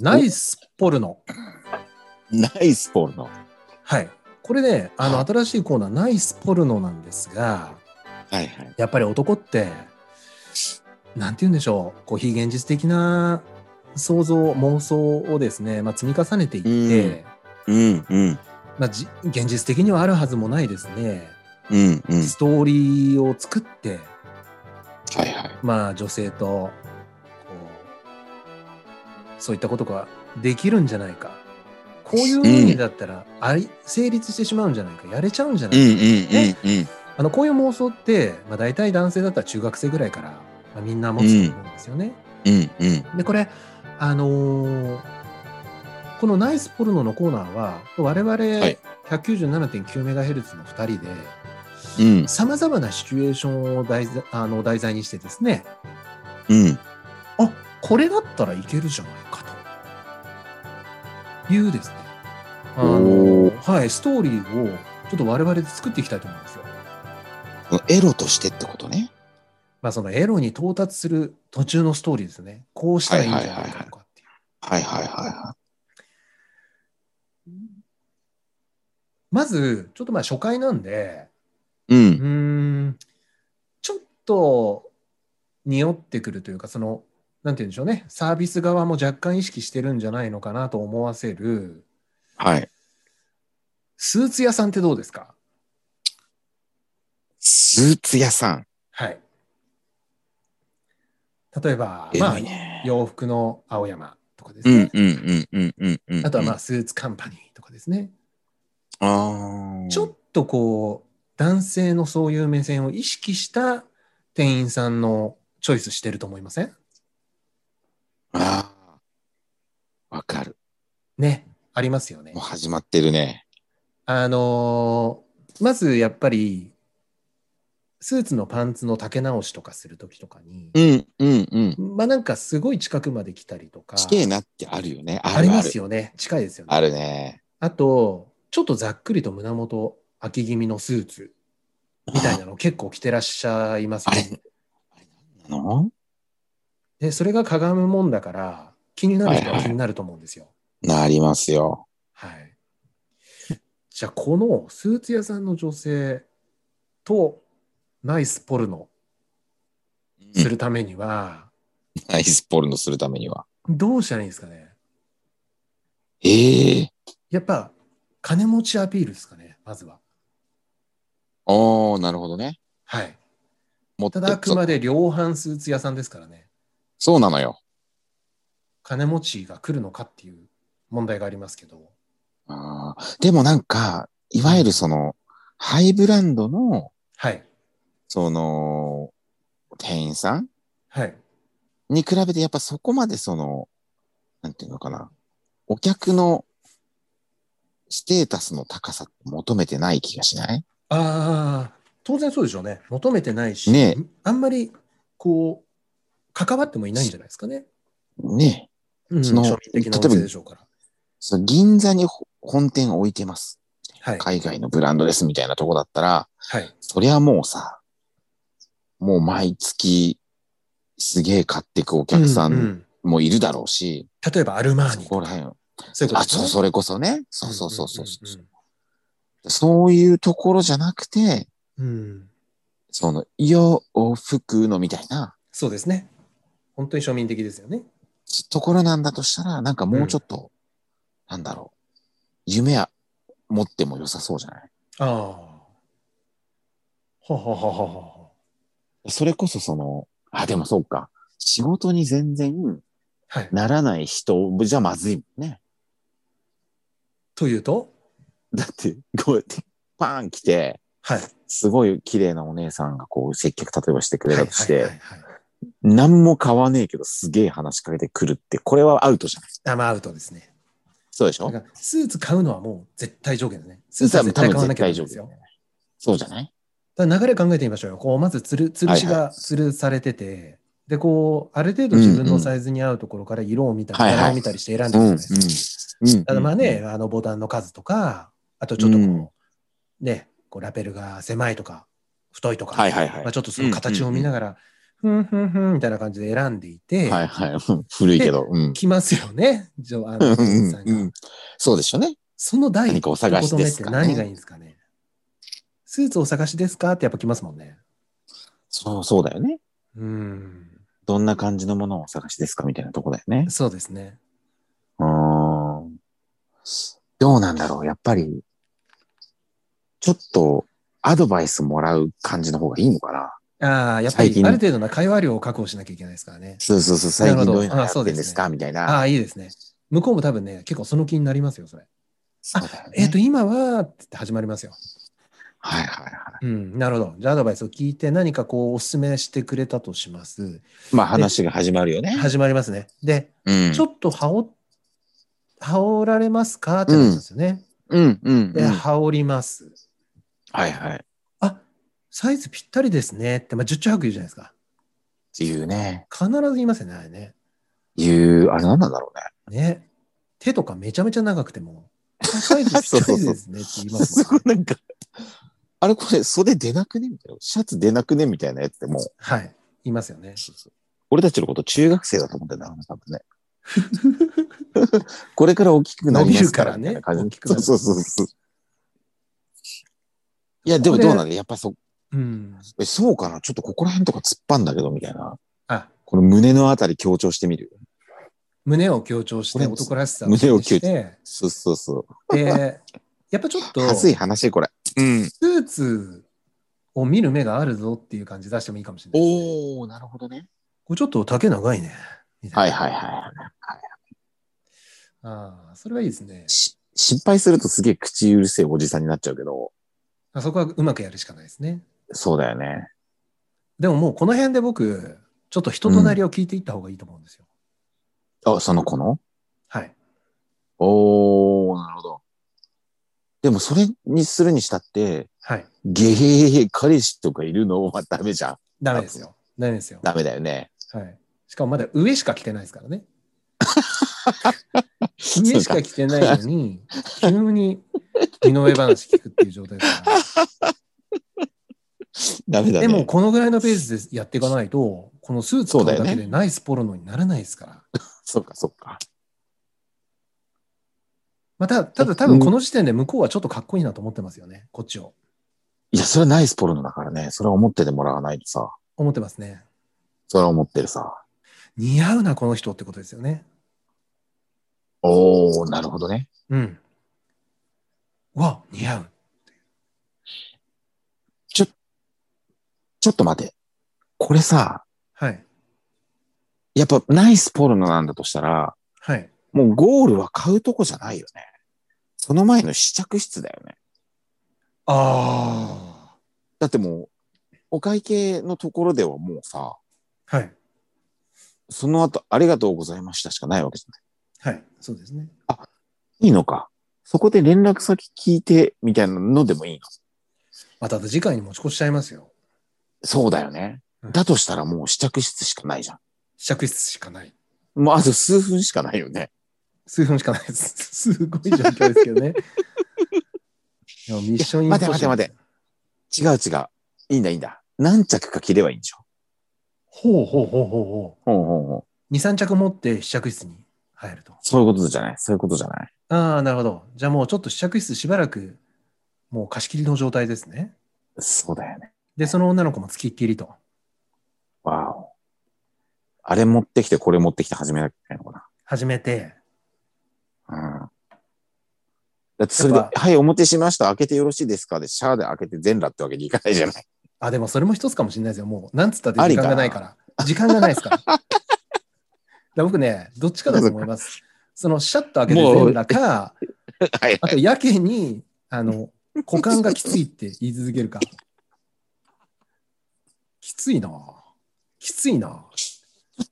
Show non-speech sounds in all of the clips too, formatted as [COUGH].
ナイスポルノ。ナイスポルノ。はい。これね、あの、はい新しいコーナー、ナイスポルノなんですが、はいはい。やっぱり男って、なんて言うんでしょう、こう、非現実的な想像、妄想をですね、まあ、積み重ねていって、うんうんまあ、じ現実的にはあるはずもないですね、うんうん。ストーリーを作って、はいはい。まあ、女性と、こう、そういったことができるんじゃないか。こういう意味だったら、あり、成立してしまうんじゃないか、やれちゃうんじゃなういんか。うんうんうん。あのこういう妄想って、まあ、大体男性だったら中学生ぐらいから、まあ、みんな持つと思うんですよね。うんうん。でこれ、あのーこのナイスポルノのコーナーは我々い 197.9MHz の2人でうんさまざまなシチュエーションを題材あの題材にしてですねうん。あこれだったらいけるじゃないかというですねあのおー、はい、ストーリーをちょっと我々で作っていきたいと思うんですよ。エロとしてってことね。まあ、そのエロに到達する途中のストーリーですね。こうしたらいいんじゃないかとかっていう。はいはいはいはまず、ちょっとまあ初回なんで、い。う。うんーん、ちょっと匂ってくるというか、その、なんて言うんでしょうね、サービス側も若干意識してるんじゃないのかなと思わせる、はい。スーツ屋さんってどうですかスーツ屋さん。はい。例えば、エまロあい、ね。洋服の青山とかですうねん。うんうんうんうんうん。あとはまあ、スーツカンパニーとかですね。あー。ちょっとこう、男性のそういう目線を意識した店員さんのチョイスしてると思いませんああ。わかる。ね。ありますよねもう。始まってるね。あのーまずやっぱり、スーツのパンツの丈直しとかするときとかに、うんうんうん。まあなんかすごい近くまで来たりとか、地形なってあるよね。ああるりあまるす。よね。近いですよね。あるね。あと、ちょっとざっくりと胸元、開き気味のスーツみたいなの結構着てらっしゃいますあよれね。あれ何なので、それがかがむもんだから、気になる人はいははい気になると思うんですよ。なりますよ。はい。じゃあ、このスーツ屋さんの女性とナイスポルノするためには、ナイスポルノするためには。どうしたらいいんですかね。ええやっぱ、金持ちアピールですかね、まずは。ああ、なるほどね。はい。持ったてだ、あくまで量販スーツ屋さんですからね、そうなのよ。金持ちが来るのかっていう問題がありますけど。あーでもなんか、いわゆるその、ハイブランドの、はい。その、店員さんはい。に比べて、やっぱそこまでその、なんていうのかな。お客のステータスの高さ求めてない気がしないああ、当然そうでしょうね。求めてないし、ねえあんまりこう、関わってもいないんじゃないですかね。ねえ。うん、その庶民的なお店でしょうから。その銀座にほ本店を置いてます。はい。海外のブランドですみたいなとこだったら、はい。そりゃもうさ、もう毎月すげえ買ってくお客さうんんもいるだろうし、例えばアルマーそニとこらか、辺、そういうことあ、ですねそう、それこそね。そうそうそうそう。うんそういうところじゃなくて、うんうんうん。うんその、洋服のみたいなそうですね。本当に庶民的ですよね。ところなんだとしたら、なんかもうちょっと、なんだろう。夢は持っても良さそうじゃないああ。ははははは。それこそその、あ、でもそうか。仕事に全然はい。ならない人じゃまずいもんね。というと、だって、こうやって、パーン来て、はい。すごい綺麗なお姉さんがこう接客例えばしてくれたとして、はいはいはいはい何も買わねえけどすげえ話しかけてくるって、これはアウトじゃないあまあアウトですね。そうでしょだからスーツ買うのはもう絶対条件ですね。スーツは絶対買わなきゃいけないんですよ。そうじゃないだから流れ考えてみましょうよ。こうまずつる吊るしはいがはい吊るされてて、でこうある程度自分のサイズに合うところから色を見たり、はいはい柄を見たりして選んでるじゃないですか。うん。ただまあね、あのボタンの数とか、あとちょっとこう、うんね、こうラベルが狭いとか太いとか、はいはいはいまあ、ちょっとその形を見ながら、ふんふんふんみたいな感じで選んでいて、はいはい。うん古いけど。うん。来ますよね、ジョアンうんナうさんんうがん。そうでしょうね。その第何一かお歩探しですってかね。何がいいんですかね。スーツお探しですかってやっぱ来ますもんね。そう、そうだよね。うん。どんな感じのものをお探しですかみたいなとこだよね。そうですね。うーん。どうなんだろう。やっぱり、ちょっとアドバイスもらう感じの方がいいのかな。ああ、やっぱり最近ある程度な会話量を確保しなきゃいけないですからね。そうそうそう、最近どういうの流あそ行うっですてんねですかみたいあな。あ、いいですね。向こうも多分ね、結構その気になりますよ、それ。そうだよねえっ、と、今はって言って始まりますよ。はいはいはい。うん、なるほど。じゃあアドバイスを聞いて何かこうお勧めしてくれたとします。まあ話が始まるよね。始まりますね。で、うんちょっと羽織、羽織られますかってなるんですよね。うんうんうで、ん。羽織ります。はいはい。っあ、サイズぴったりですねって、まあ、十中八九言うじゃないですか。ていうね。必ず言いますよね、あれね。いう、あれなんなんだろうね。ね。手とかめちゃめちゃ長くても、あサイズぴったりですねって言いますすもごんいね。 [LAUGHS] なんか、あれこれ袖出なくねみたいな。シャツ出なくねみたいなやつでもう、はい。言いますよね。俺たちのこと中学生だと思ってんだろうね、多分ね。 [LAUGHS] これから大きくなりますから伸びるからねみ大きくなるたいな感じそうそうそうそう。いや、でもこれどうなんだやっぱそ、うん。えそうかなちょっとここら辺とか突っ張んだけど、みたいな。あ、この胸のあたり強調してみる。胸を強調しこてれ男らしさ胸を強調し強調て、そうそうそう。で、やっぱちょっと、はずいス話、これ。うん。ーツを見る目があるぞっていう感じ出してもいいかもしれないですね、おー、なるほどね。これちょっと丈長いね。みたはいいな。はいはああ、それはいいですねい。。し失敗するとすげえ口うるせえおじさんになっちゃうけど、あそこはうまくやるしかないですね。そうだよね。でももうこの辺で僕、ちょっと人となりを聞いていった方がいいと思うんですよ。あ、その子のはい。おー、なるほど。でもそれにするにしたって、はい。ゲヘヘヘ、彼氏とかいるのはダメじゃん。ダメですよ。ダメですよ。ダメだよね。はい。しかもまだ上しか着てないですからね。 [LAUGHS] 上しか着てないのに、急に身の上話聞くっていう状態ですから。ダメだね。でもこのぐらいのペースでやっていかないと、このスーツ買うだそうだけよでねナイスポロノにならないですから。そっかそっか。まあたただ多分この時点で向こうはちょっとかっこいいなと思ってますよね。こっちを。いや、それはナイスポルノだからね。それは思っててもらわないとさ。思ってますね。それは思ってるさ。似合うな、この人ってことですよね。おー、なるほどね。うん。うわ、似合う。ちょっと待って。これさ、はい。やっぱナイスポルノなんだとしたら、はい。もうゴールは買うとこじゃないよね。その前の試着室だよね。あだってもう、お会計のところではもうあ。さ、はい。その後、ありがとうございましたしかないわけじゃない。はい。そうですね。いいのか。そこで連絡先聞いて、みたいなのでもいいの。また、次回に持ち越しちゃいますよ。そうだよね。だとしたらもう試着室しかないじゃ試着室しかない。ん。もうあと数分しかないよね。数分しかないです。す [LAUGHS] ごい状況ですけどね。 [LAUGHS] でもミッションインポッシブル待て待て待て。違う違う。いいんだいいんだ。何着か着ればいいんでしょ。ほうほうほうほうほほうほうほう。う。2、3着持って試着室に入ると。そういうことじゃない。そういうことじゃない。ああ、なるほど。じゃあもうちょっと試着室しばらく、もう貸し切りの状態ですね。そうだよね。で、その女の子も付きっきりと。わお。あれ持ってきて、これ持ってきて始めなきゃいけないのか始めて、な。うん。だってそれで、やっはい、お持ちしました。開けてよろしいですかで、シャーで開けて全裸ってわけにいかないじゃない。あ、でもそれも一つかもしれないですよ。もう、なんつったってあ時りか間がないから。時間がないです [LAUGHS] から。だから僕ね、どっちかだと思います。その、シャッと開けて全裸か、はいあはと、い。やけに、あ [LAUGHS] の、股間がきついって言い続けるか。きついなきついな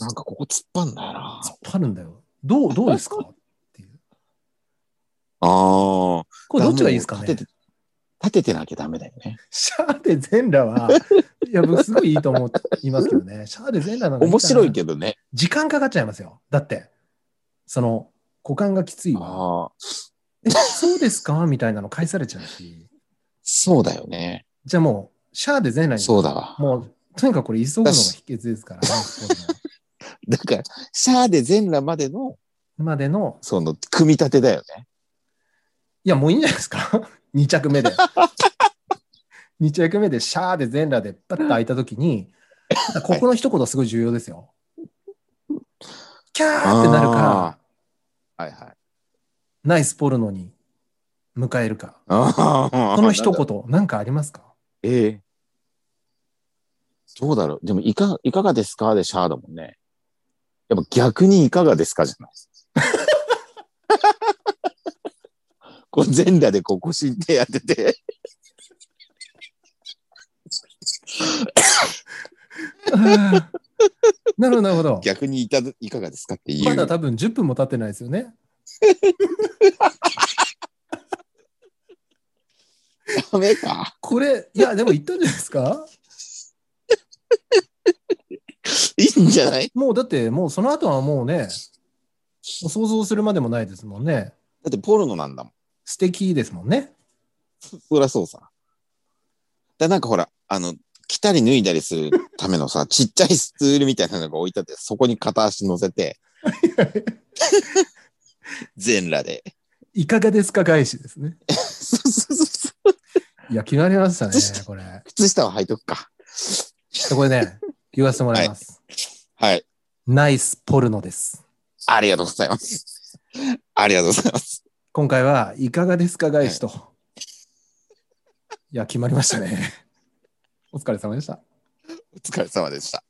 なんかここ突っ張んだよな。突っ張るんだよ。どう、どうですかっていう。ああ。 [LAUGHS] これどっちがいいですか立ねてて、立ててなきゃダメだよね。シャーで全裸は、いや、僕すごいいいと思いますけどね。シャーで全裸なんか面白いど。けどね。時間かかっちゃいますよ。だって、その、股間がきついわ。ああ。え、そうですかみたいなの返されちゃうし。そうだよね。じゃあもう、シャーで全裸に。そうだわ。もう、とにかくこれ急ぐのが秘訣です [LAUGHS] から、ナイスポルノだから、シャーで全裸までの、までの、その、組み立てだよね。いや、もういいんじゃないですか [LAUGHS] ?2 着 [LAUGHS] 目で。2着目でシャーで全裸でパッと開いたときに、ここの一言すごい重要ですよ。キャーってなるか、はいはい。ナイスポルノに迎えるか。ああ。この一なんだ。言、なんかありますか [LAUGHS] ええどうだろう。でも、いか、いかがですかでシャーだもんね。やっぱ逆にいかがですかじゃない。 [LAUGHS] こう全裸でこう腰に手当てて、あーなるほど、なるほど。逆にいたいかがですかっていう。まだ多分10分も経ってないですよね。ダメか。これ、いや、でも言ったんじゃないですかいいんじゃないもうだって、もうその後はもうね、もう想像するまでもないですもんね。だってポルノなんだもん。素敵ですもんね。そりゃそうさ。だなんかほら、あの、着たり脱いだりするための [LAUGHS] さ、ちっちゃいスツールみたいなのが置いてあって、そこに片足乗せ [LAUGHS] て、全裸で。いかがですか返しですね。そうそうそうそういや、決まりましたね靴、下これ。ち靴下は履いとくか。ょっとこれね、言わせてもらいます。はい。ナイスポルノです。ありがとうございます。ありがとうございます。今回は、いかがですか返しと。いや、決まりましたね。お疲れ様でした。お疲れ様でした。